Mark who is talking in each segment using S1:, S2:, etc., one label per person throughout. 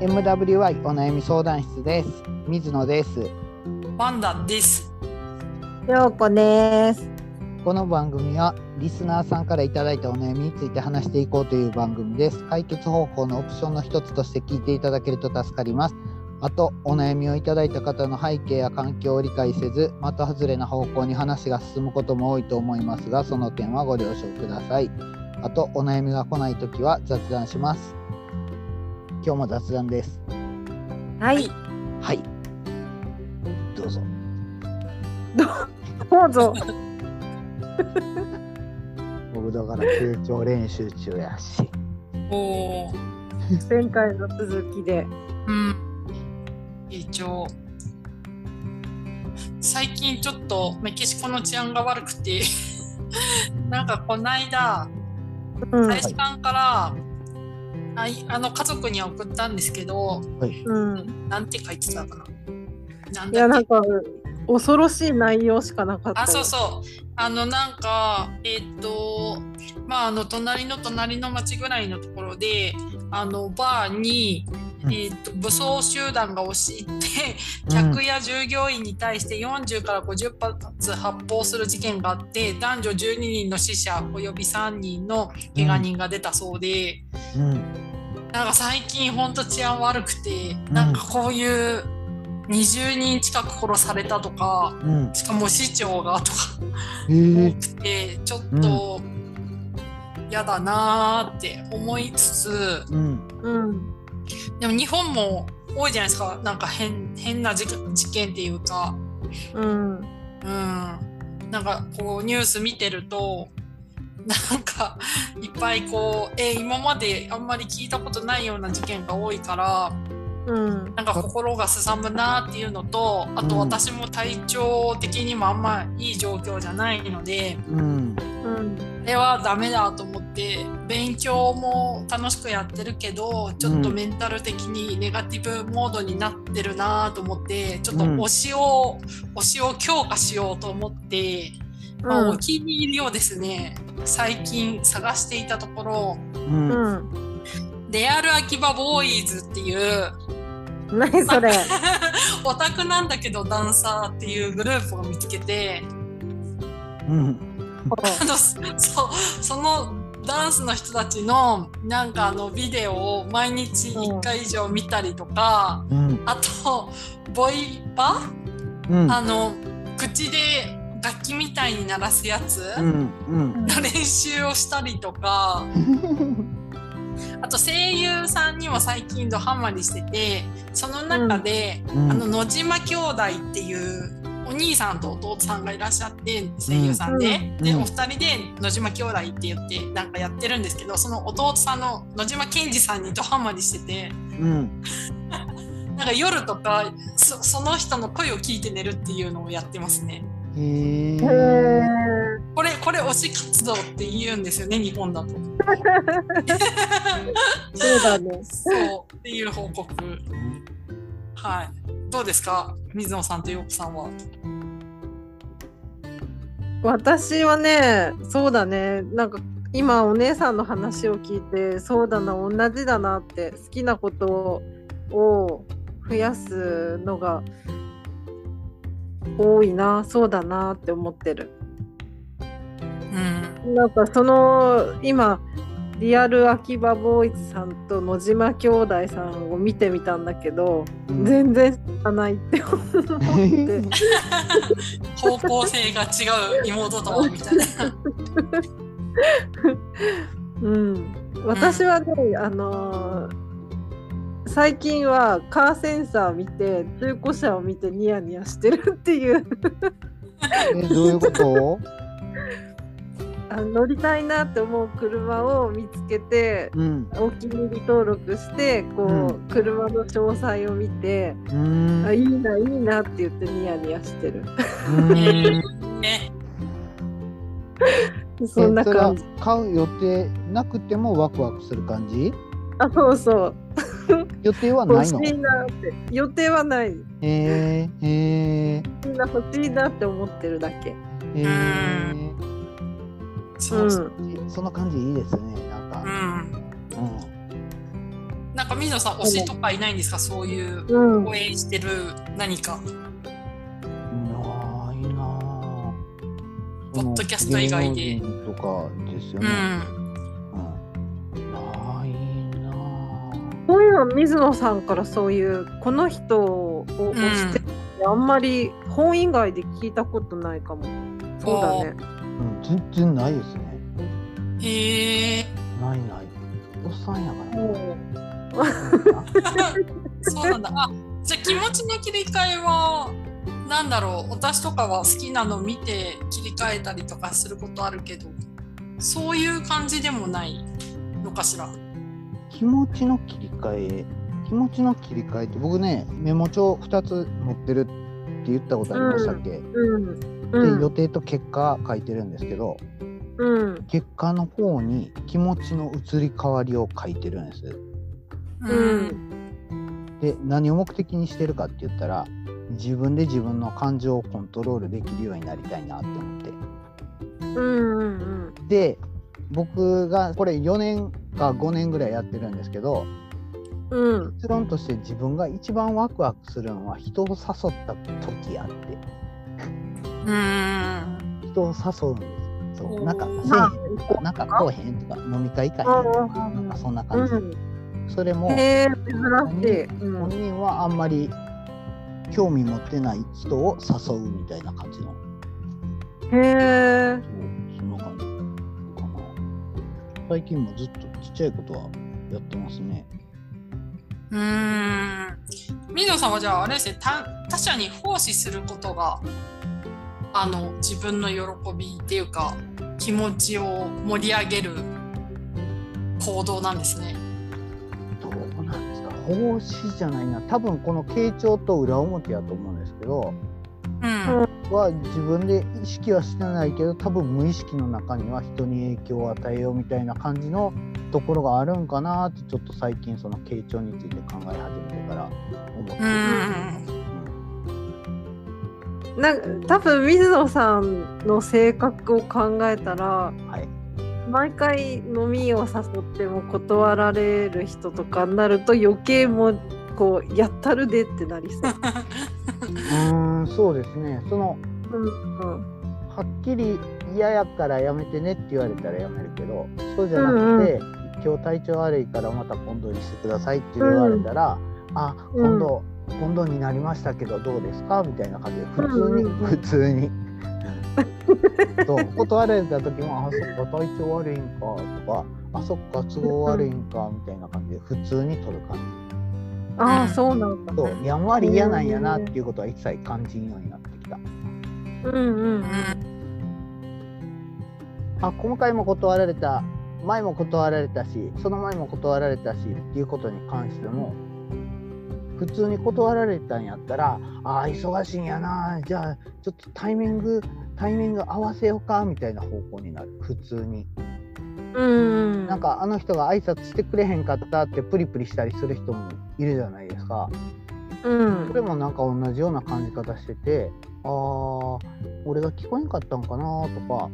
S1: MWI お悩み相談室です水野です
S2: パンダです。
S3: ようこです。
S1: この番組はリスナーさんからいただいたお悩みについて話していこうという番組です解決方法のオプションの一つとして聞いていただけると助かりますあとお悩みをいただいた方の背景や環境を理解せず的外れな方向に話が進むことも多いと思いますがその点はご了承くださいあとお悩みが来ないときは雑談します今日も雑談です
S3: はい、
S1: はいどうぞ
S3: どうぞ。
S1: 僕だから成長練習中やし
S2: おお。
S3: 前回の続きで。
S2: うん。一応。最近ちょっとメキシコの治安が悪くて、 なんかこの間、
S3: うん
S2: 大使館から、あいあの家族には送ったんですけど、
S3: うん。
S2: なんて書いてたかな。なん
S3: いや、
S2: だ
S3: な
S2: っ
S3: ん
S2: け
S3: か恐ろしい内容しかなかった。
S2: あそうそうあのなんかえーっとまああの隣の隣の町ぐらいのところであのバーに、
S1: うん
S2: えーっと武装集団が押し入って
S1: うん
S2: 客や従業員に対して40から50発発砲する事件があって男女12人の死者および3人の怪我人が出たそうで、
S1: うん
S2: なんか最近ほんと治安悪くて、なんかこういう20人近く殺されたとか
S1: うん
S2: しかも市長がとか。
S1: えー
S2: 多くてちょっと嫌だなーって思いつつ
S1: うん
S3: うん。
S2: でも日本も多いじゃないですかなんか変変な事事件っていうか
S3: うん。
S2: うんなんかこうニュース見てるとなんかいっぱいこうえ今まであんまり聞いたことないような事件が多いから
S3: うん。
S2: なんか心がすさむなーっていうのとあ
S1: う
S2: と
S1: ん
S2: 私も体調的にもあんまいい状況じゃないので。
S1: うん
S3: うん。
S2: これはダメだと思って勉強も楽しくやってるけどちょっとメンタル的にネガティブモードになってるなと思ってちょっと
S1: うん
S2: 推しを、推しを強化しようと思って、まあ、お気に入りをですね最近探していたところ
S1: うん
S3: う
S1: うん
S3: ん。
S2: レアル・アキバ・ボーイズっていう
S3: 何 それ。
S2: オタクなんだけどダンサーっていうグループを見つけて
S1: うん
S2: あのそそうそのダンスの人たちのなんかあのビデオを毎日1回以上見たりとか、
S1: うん
S2: あとボイパ、
S1: うん
S2: あの口で楽器みたいに鳴らすやつ
S1: うん
S2: の
S1: うん
S2: 練習をしたりと か、あと声優さんにも最近ドハマりしててその中で、
S1: うん
S2: あの野島兄弟っていうお兄さんと弟さんがいらっしゃって声優さんで、
S1: うん
S2: で
S1: うん
S2: お二人で野島兄弟って言ってなんかやってるんですけどその弟さんの野島健二さんにドハマりしてて
S1: うん
S2: なんか夜とかそその人の声を聞いて寝るっていうのをやってますね。
S1: へ
S3: へ
S1: ー
S3: え。
S2: これこれ推し活動って言うんですよね日本だと。
S3: そうだね。
S2: そうっていう報告。はい。どうですか水野さんと陽子さんは。
S3: 私はね、そうだね。なんか今お姉さんの話を聞いて、そうだな、同じだなって好きなことを増やすのが多いな、そうだなって思ってる。
S2: うん。
S3: なんかその今リアル秋葉ボーイズさんと野島兄弟さんを見てみたんだけど、
S1: うん
S3: 全然知らないって思って。
S2: 方向性が違う妹とはみたいな。
S3: うん、私はね、あのー最近はカーセンサー見て中古車を見てニヤニヤしてるっていう
S1: えどういうこと
S3: あ乗りたいなって思う車を見つけて
S1: うん
S3: お気に入り登録してこう、
S1: うん
S3: 車の詳細を見て、
S1: うーん
S3: あいいないいなって言ってニヤニヤしてる
S1: うーん
S2: ね、
S3: そんな感
S1: え
S3: じ
S1: それは買う予定なくてもワクワクする感じ
S3: あそうそう
S1: 予定はな
S3: 欲
S1: い
S3: し
S1: の
S3: いなって予定はない
S1: えー、えー、
S3: みんな欲しいなって思ってるだけ
S1: えー、
S2: そうそうう。
S1: その感じいいですねなん
S2: う
S1: か、う
S2: ん。
S1: ん
S2: なんか水野さん推しとかいないんですかそういう
S3: うん
S2: 応援してる何か
S1: ないなあ
S2: ポッドキャスト以外で
S1: 芸能人とかですよ
S2: う
S1: ね、
S2: ん
S1: うんないなあ
S3: そういうの水野さんからそういうこの人を推してるってあんまり本以外で聞いたことないかも。そうだね。
S1: うん全然ないですね
S2: へえ
S1: ないないおっさんやか
S3: うん
S1: ら
S2: そうなんだあじゃあ気持ちの切り替えはなんだろう私とかは好きなの見て切り替えたりとかすることあるけどそういう感じでもないのかしら
S1: 気持ちの切り替え気持ちの切り替えって僕ねメモ帳2つ持ってるって言ったことありましたっけ、
S3: うん
S1: で予定と結果書いてるんですけど
S3: うん
S1: 結果の方に気持ちの移り変わりを書いてるんです
S2: う
S3: うん
S1: で何を目的にしてるかって言ったら自分で自分の感情をコントロールできるようになりたいなって思って
S3: うんうん
S1: で僕がこれ4年か5年ぐらいやってるんですけど
S3: うん
S1: 結論として自分が一番ワクワクするのは人を誘った時やって
S2: うん
S1: 人を誘うんですそう
S2: おー
S1: なんか
S3: まあ
S1: せえへんとかなんかこうへんとか飲み会行かへんとかなんかそんな
S3: う
S1: 感じ、
S3: ん
S1: それも
S3: へえ珍しい。う
S1: 本
S3: ん
S1: 人はあんまり興味持ってない人を誘うみたいな感じの
S3: へえ
S1: そうそんな感じかな。最近もずっとちっちゃいことはやってますね。
S2: うーん。水野さんはじゃああれですね、他他者に奉仕することが、あの、自分の喜びっていうか、気持ちを盛り上げる行動なんですね。
S1: どうなんですか奉仕じゃないな。多分この傾聴と裏表やと思うんですけど、
S2: うん。
S1: は自分で意識はしてないけど、多分無意識の中には人に影響を与えようみたいな感じのところがあるんかなって、ちょっと最近その傾聴について考え始めてから思ってる。
S2: うん。
S3: なんか多分水野さんの性格を考えたら
S1: うんはい。
S3: 毎回飲みを誘っても断られる人とかになると余計もうこうやったるでってなり そう。
S1: うーん、そうですね。その
S3: うん
S1: はっきり嫌やからやめてねって言われたらやめるけどそうじゃなくて、今日体調悪いからまた今度にしてくださいって言われたら、あ
S3: うん
S1: 今度、今度になりましたけどどうですかみたいな感じで普通に、
S3: うんうんうん
S1: 普通 に。そう断られた時も「あそっか体調悪いんか」とか「あそっか都合悪いんか」みたいな感じで普通に取る感
S3: うん、ああそうなんだ。
S1: じそうやんわり嫌なんやなっていうことは一切感じんようになってきた。
S3: うんうん
S1: あ今回も断られた前も断られたしその前も断られたしっていうことに関しても普通に断られたんやったらあー忙しいんやなじゃあちょっとタイミングタイミング合わせようかみたいな方向になる普通に
S3: うんうん。
S1: なんかあの人が挨拶してくれへんかったってプリプリしたりする人もいるじゃないですか
S3: うん
S1: それもなんか同じような感じ方しててあー俺が聞こえんかったんかなとか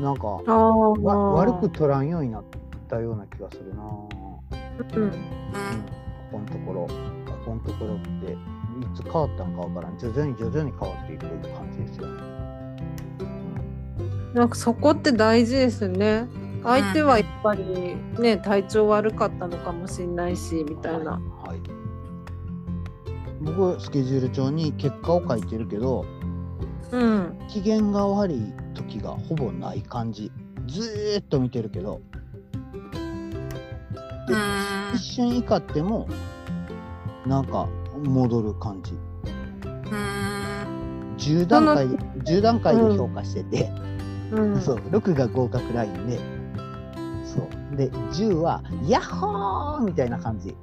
S1: なんか
S3: ああ
S1: わ悪く取らんようになったような気がするなぁ、
S3: うん
S1: うん、ここのところここのところっていつ変わったんかわからん徐々に徐々に変わっていく感じですよね、
S3: なんかそこって大事ですね。相手はやっぱりね体調悪かったのかもしれないしみたいな。
S1: はい、僕スケジュール帳に結果を書いてるけど
S3: うん
S1: 機嫌が悪い時がほぼない感じずーっと見てるけど一瞬怒ってもなんか戻る感じ10段階
S3: そ
S1: 10段階で評価してて、
S3: うん。
S1: そう6が合格ラインでそうで10は「ヤッホー!」みたいな感じ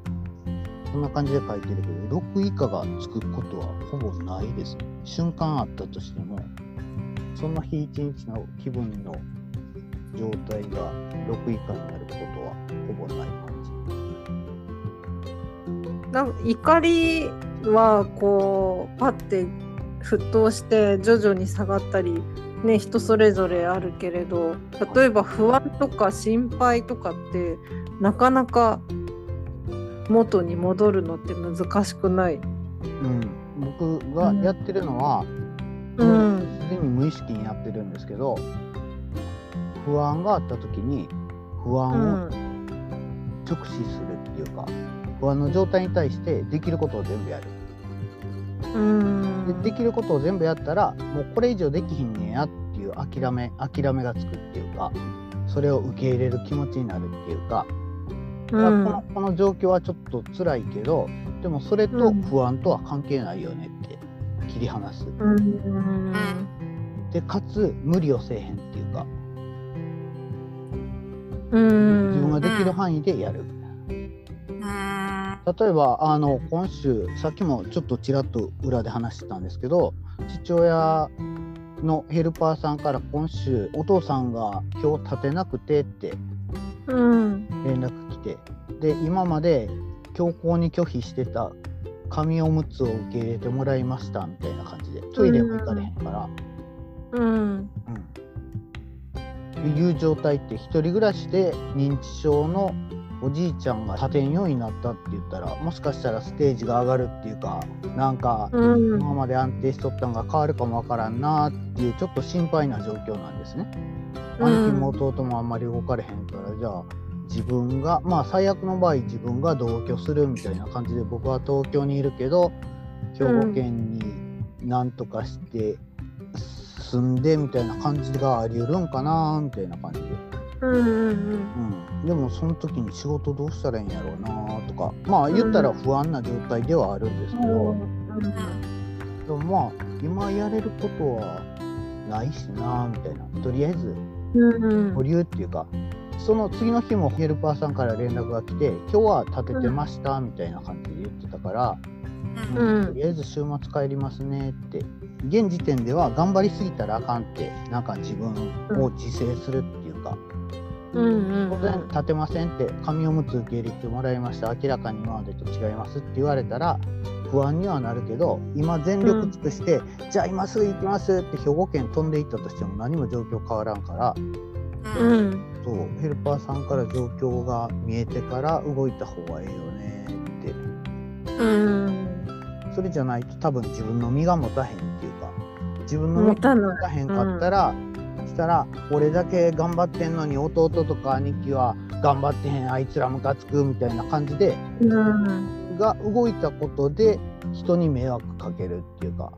S1: そんな感じで書いてるけど6以下がつくことはほぼないです瞬間あったとしてもその日一日の気分の状態が6以下になることはほぼない感じ
S3: なんか怒りはこうパッて沸騰して徐々に下がったり、ね、人それぞれあるけれど例えば不安とか心配とかってなかなか元に戻るのって難しくない。
S1: うん、僕がやってるのは、
S3: うん。
S1: すでに無意識にやってるんですけど不安があった時に不
S3: う
S1: 安を
S3: ん。
S1: 直視するっていうか、不安の状態に対してできることを全部やる
S3: うん。
S1: でできることを全部やったらもうこれ以上できひんねやっていう諦め諦めがつくっていうかそれを受け入れる気持ちになるっていうか、
S3: う
S1: この
S3: ん。
S1: この状況はちょっと辛いけどでもそれと
S3: うん
S1: 不安とは関係ないよねって切り離す。
S3: うん。
S1: でかつ無理をせえへんっていうか
S3: うん。
S1: 自分ができる範囲でやる。
S2: うん
S1: 例えばあの今週さっきもちょっとちらっと裏で話してたんですけど父親のヘルパーさんから今週お父さんが今日立てなくてって
S3: うん。
S1: 連絡来てで今まで強行に拒否してた紙おむつを受け入れてもらいましたみたいな感じでトイレも行かれへんから、
S3: うん。
S1: うん、いう状態って一人暮らしで認知症のおじいちゃんが立てんようになったって言ったらもしかしたらステージが上がるっていうかなんか
S3: うん
S1: 今まで安定しとったんが変わるかもわからんなっていうちょっと心配な状況なんですね。
S3: うん
S1: 兄貴も弟もあんまり動かれへんからじゃあ自分がまあ最悪の場合自分が同居するみたいな感じで僕は東京にいるけど兵庫県になんとかして住んでみたいな感じがあり得るんかなみたいな感じで、
S3: うん。
S1: うん、でもその時に仕事どうしたらいいんやろうなとかまあ言ったら不安な状態ではあるんですけど、でもまあ今やれることはないしなみたいなとりあえず
S3: うん。
S1: 保留っていうかその次の日もヘルパーさんから連絡が来て「今日は立ててました」みたいな感じで言ってたから、
S2: うん
S3: うん
S1: とりあえず週末帰りますねって現時点では頑張りすぎたらあかんってなんか自分を自制するっていうか
S3: うん。
S1: 当然立てませんって紙おむつ受け入れてもらいました明らかに今までと違いますって言われたら不安にはなるけど今全力尽くして、じゃあ今すぐ行きますって兵庫県飛んでいったとしても何も状況変わらんから
S2: うん
S3: うん。
S1: そうヘルパーさんから状況が見えてから動いた方がいいよねって
S3: うん。
S1: それじゃないと多分自分の身が持たへんっていうか自分の
S3: 持
S1: 身が
S3: たない
S1: 持。たへんかったら、したら俺だけ頑張ってんのに弟とか兄貴は頑張ってへんあいつらムカつくみたいな感じで
S3: うん。
S1: が動いたことで人に迷惑かけるっていうか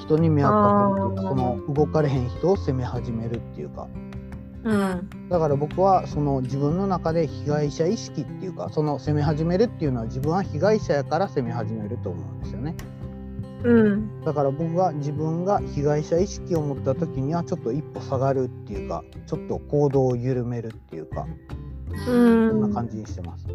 S1: 人に迷惑かけるっていうかそ
S3: あー
S1: の動かれへん人を責め始めるっていうか
S3: うん。
S1: だから僕はその自分の中で被害者意識っていうかその責め始めるっていうのは自分は被害者やから責め始めると思うんですよね
S3: うん。
S1: だから僕が自分が被害者意識を持った時にはちょっと一歩下がるっていうかちょっと行動を緩めるっていうか
S3: う。
S1: そんなん感じにしてます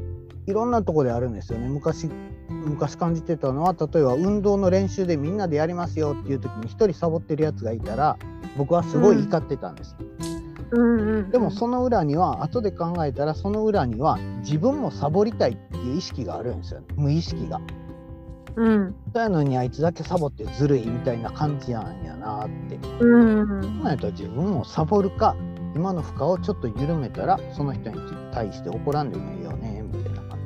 S1: いろんなとこであるんですよね昔昔感じてたのは例えば運動の練習でみんなでやりますよっていう時に一人サボってるやつがいたら僕はすごい怒ってたんです、
S3: うん。
S1: でもその裏には後で考えたらその裏には自分もサボりたいっていう意識があるんですよね無意識が。
S3: うん。
S1: そうやのにあいつだけサボってずるいみたいな感じなんやなって。
S3: うん。
S1: そうやと自分もサボるか今の負荷をちょっと緩めたらその人に対して怒らんでもいいよねみたいな感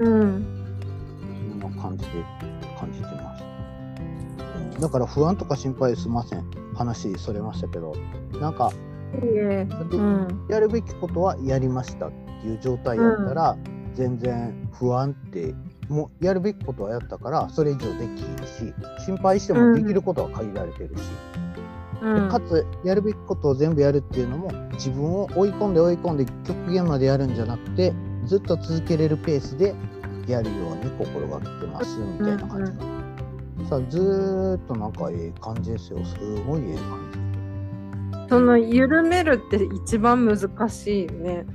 S3: うん。
S1: じそんな感じで感じてます。うんだから不安とか心配すいません話それましたけどなんか
S3: うん。
S1: やるべきことはやりましたっていう状態だったら、全然不安ってもうやるべきことはやったからそれ以上できるし心配してもできることは限られてるし、でかつやるべきことを全部やるっていうのも自分を追い込んで追い込んで極限までやるんじゃなくてずっと続けれるペースでやるように心がけてますみたいな感じかな、さあずーっとなんかええ感じですよすごいええ感じ。
S3: その緩めるって一番難しいね。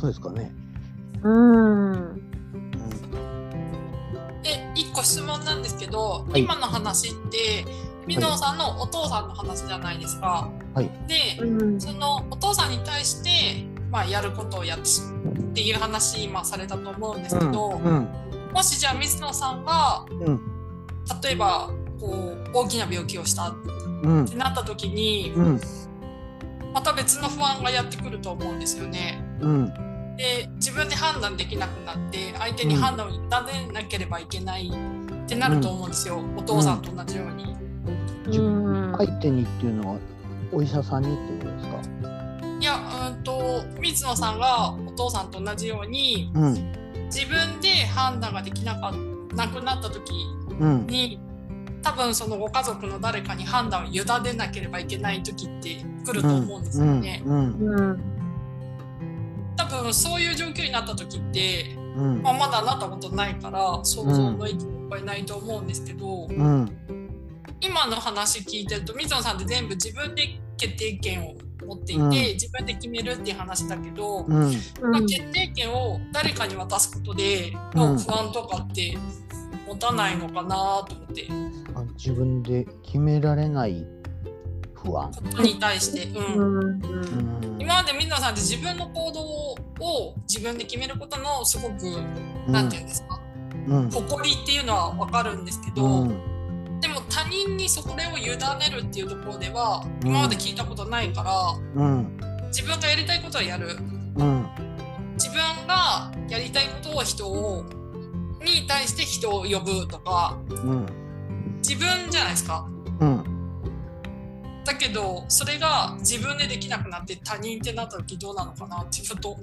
S1: そうですかね、
S3: うん。
S1: うん
S2: で一個質問なんですけど、
S1: い
S2: 今の話って美濃さんのお父さんの話じゃないですか。
S1: はい
S2: で
S3: うん。
S2: そのお父さんに対して、まあ、やることをやってしっていう話今されたと思うんですけど、もしじゃあ水野さんが
S1: うん
S2: 例えばこう大きな病気をしたっ
S1: うん
S2: てなった時に
S1: うん
S2: また別の不安がやってくると思うんですよね。
S1: うん
S2: で自分で判断できなくなって相手に判断を委ねなければいけないってなると思うんですよ、お父さんと同じように。
S1: 自
S3: うん
S1: 相手にっていうのはお医者さんにってことですか
S2: いやうんと水野さんがお父さんと同じように
S1: うん
S2: 自分で判断ができなかなくなった時
S1: うん
S2: に多分そのご家族の誰かに判断を委ねなければいけない時って来ると思うんですよね。
S1: うん
S3: うん
S2: 多分そういう状況になった時って、
S1: うん
S2: まあ、まだなったことないから想像の域も超えないと思うんですけど、
S1: うん
S2: 今の話聞いてると水野さんって全部自分で決定権を持っていて、
S1: うん
S2: 自分で決めるっていう話だけど、
S1: うん
S3: う
S2: まあ
S3: ん
S2: 決定権を誰かに渡すことで、
S1: うん
S2: 不安とかって持たないのかなと思って
S1: あ自分で決められない不安
S2: ことに対して、うん
S3: うん
S1: うん
S2: 今まで水野さんって自分の行動を自分で決めることのすごく、
S1: うん
S2: なんて言うんですか
S1: うん
S2: 誇りっていうのは分かるんですけど、
S1: うん
S2: でも他人にそれを委ねるっていうところでは
S1: うん
S2: 今まで聞いたことないから
S1: うん
S2: 自分がやりたいことはやる
S1: うん
S2: 自分がやりたいことを人をに対して人を呼ぶとか
S1: うん
S2: 自分じゃないですか
S1: うん
S2: だけどそれが自分でできなくなって他人ってなった時どうなのかなってふと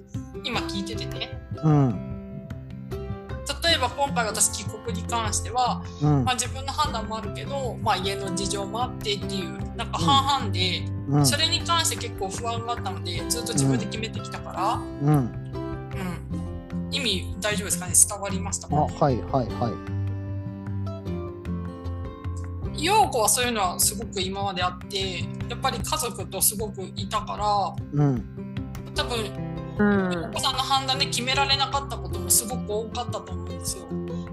S2: 今聞いててね
S1: うん
S2: 例えば今回私帰国に関しては、
S1: うん
S2: まあ、自分の判断もあるけど、まあ、家の事情もあってっていうなんか半々で、
S1: うん
S2: それに関して結構不安があったのでずっと自分で決めてきたから、
S1: うん
S2: うん、意味大丈夫ですかね伝わりました
S1: あ
S2: か、ね
S1: はいはいはい
S2: 陽子はそういうのはすごく今まであってやっぱり家族とすごくいたか
S1: う
S2: ら
S1: ん
S2: 多分
S3: うん
S2: お子さんの判断で決められなかったこともすごく多かったと思うんですよ。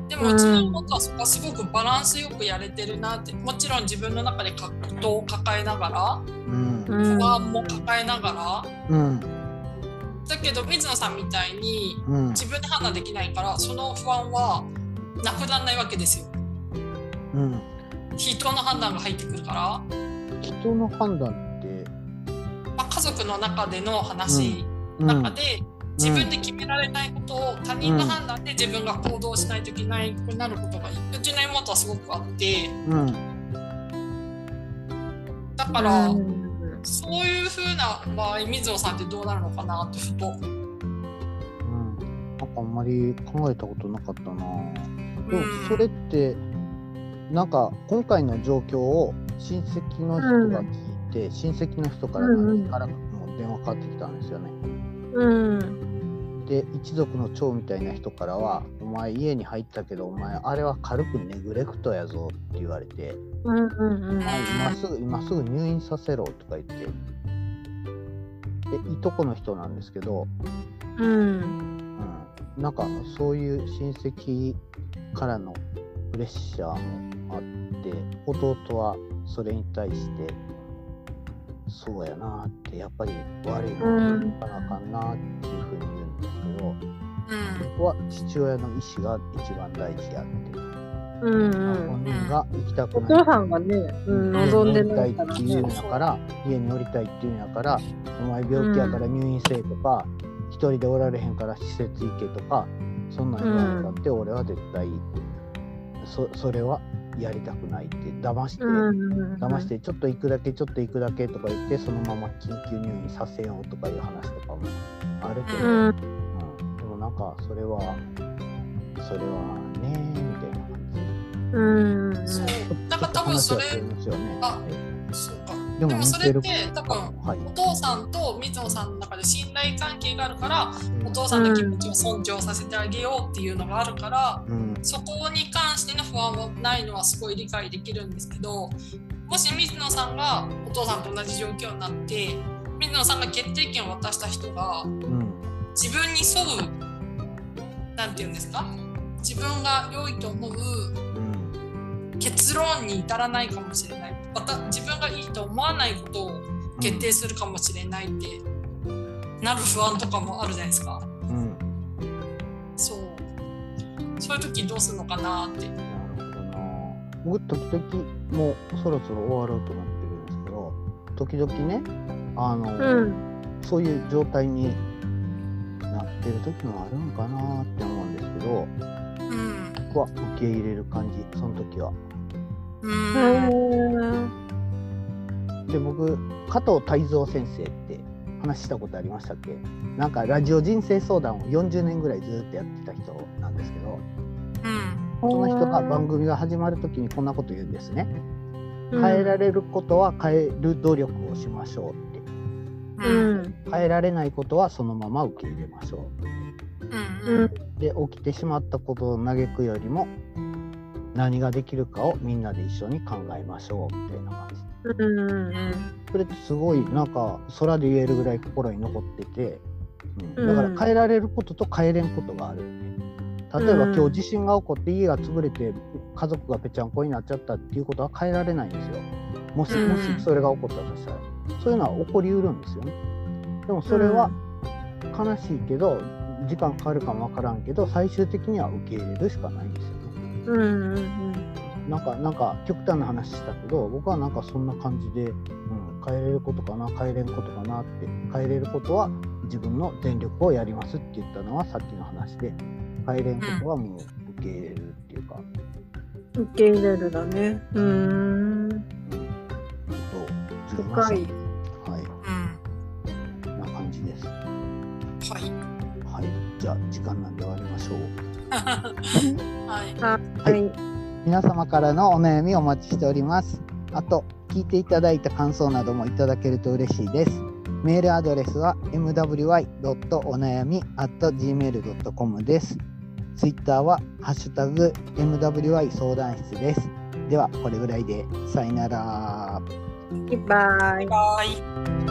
S2: で
S3: う
S2: も
S3: ん
S2: うちの妹はそこはすごくバランスよくやれてるなってもちろん自分の中で葛藤を抱えなが
S1: うん
S3: う
S2: ら
S3: ん
S2: 不安も抱えながら
S1: うん
S2: だけど水野さんみたいに
S1: うん
S2: 自分で判断できないからその不安はなくならないわけですよ。
S1: うん
S2: 人の判断が入ってくるから、
S1: 人の判断って
S2: まあ、家族の中での話
S1: う
S2: の
S1: ん
S2: 中で自分で決められないことを他人の判断で自分が行動しないといけないくなることがうちの妹はすごくあって
S1: うん
S2: だから
S3: うん
S2: そういう風な場合水野さんってどうなるのかなってふと、う
S1: うんなんかあんまり考えたことなかったなでも
S2: ん、
S1: それってなんか今回の状況を親戚の人が聞いて、親戚の人から
S3: うんう
S1: 何
S3: ん
S1: からかも電話かかってきたんですよね。
S3: うん
S1: で一族の長みたいな人からは「お前家に入ったけどお前あれは軽くネグレクトやぞ」って言われて
S3: うんうんう
S1: 「
S3: ん
S1: 今すぐ今すぐ入院させろ」とか言ってでいとこの人なんですけど、
S3: うん
S1: うん、なんかそういう親戚からのプレッシャーもあって弟はそれに対してそうやなってやっぱり悪いこと
S3: うん
S1: かなあかんなっていうふうに言うんですけど
S2: うん
S1: ここは父親の意思が一番大事やって、
S3: うん
S1: 本人が行きたく
S3: お
S1: ない
S3: 父さんがね、うん、望んでないから
S1: 家に
S3: ね
S1: 降りたいって言うんやから家に降りたいって言うんやからお前病気やから入院せえとか、一人でおられへんから施設行けとかそんなん言われたって俺は絶対、そそれはやりたくないって騙して、
S3: うん
S1: 騙してちょっと行くだけちょっと行くだけとか言ってそのまま緊急入院させようとかいう話とかもあるけど、
S3: う
S1: う
S3: ん
S1: んでもなんかそれはそれはねみたいな感じ。
S3: うん
S2: そうだから多分それそうか
S1: で
S2: で
S1: も
S2: もそれって多分
S1: はい
S2: お父さんと水野さんの中で信頼関係があるからお
S1: う
S2: 父さんの気持ちを尊重させてあげようっていうのがあるから、
S1: ん
S2: そこに関しての不安はないのはすごい理解できるんですけどもし水野さんがお父さんと同じ状況になって水野さんが決定権を渡した人が
S1: うん
S2: 自分に沿うなんて言うんですか自分が良いと思う
S1: うん
S2: 結論に至らないかもしれないまた自分がいいと思わないことを決定するかもしれないってなる不安とかもあるじゃないですか
S1: うん
S2: そうそういう時どうするのかなって
S1: なるほどな僕時々もうそろそろ終わろうと思ってるんですけど時々ねあの、
S3: うん
S1: そういう状態になっってる時もあるんかなって思うんですけど
S2: うん
S1: 僕は受け入れる感じその時は。
S2: うん
S1: で僕加藤泰造先生って話したことありましたっけなんかラジオ人生相談を40年ぐらいずっとやってた人なんですけど
S2: うん
S1: その人が番組が始まる時にこんなこと言うんですね。
S3: うん
S1: 変えられることは変える努力をしましょうって
S2: う
S3: うんん
S1: 変えられないことはそのまま受け入れましょ
S2: うん
S1: うで起きてしまったことを嘆くよりも何ができるかをみんなで一緒に考えましょうみたいな感じ
S3: うんうん
S1: それってすごいなんか空で言えるぐらい心に残ってて、うん、だ
S3: うん
S1: から変えられることと変えれんことがある。例えば
S3: うん
S1: 今日地震が起こって家が潰れて家族がぺちゃんこになっちゃったっていうことは変えられないんですよ。もし
S2: うん
S1: もしそれが起こったとしたら、そういうのは起こりうるんですよね。でもそれは悲しいけど時間かかるかもわからんけど最終的には受け入れるしかないんですよね。
S3: うんうん
S1: なんかなんか極端な話したけど僕はなんかそんな感じで、うん、変えれることかな変えれんことかなって変えれることは自分の全力をやりますって言ったのはさっきの話で変えれんことはもう受け入れるっていうか、
S3: 受け入れるだねうん
S1: うん、ことを
S3: 深
S1: は
S3: い
S1: い
S2: うん
S1: こんな感じですは
S2: はい。
S1: いじゃあ時間なんで終わりましょう
S2: はい。
S3: はい
S1: 皆様からのお悩みお待ちしておりますあと聞いていただいた感想などもいただけると嬉しいですメールアドレスは mwy.onayami.gmail.com ですツイッターはハッシュタグ mwy 相談室ですではこれぐらいでさよなら
S3: バイバイ
S2: バイ。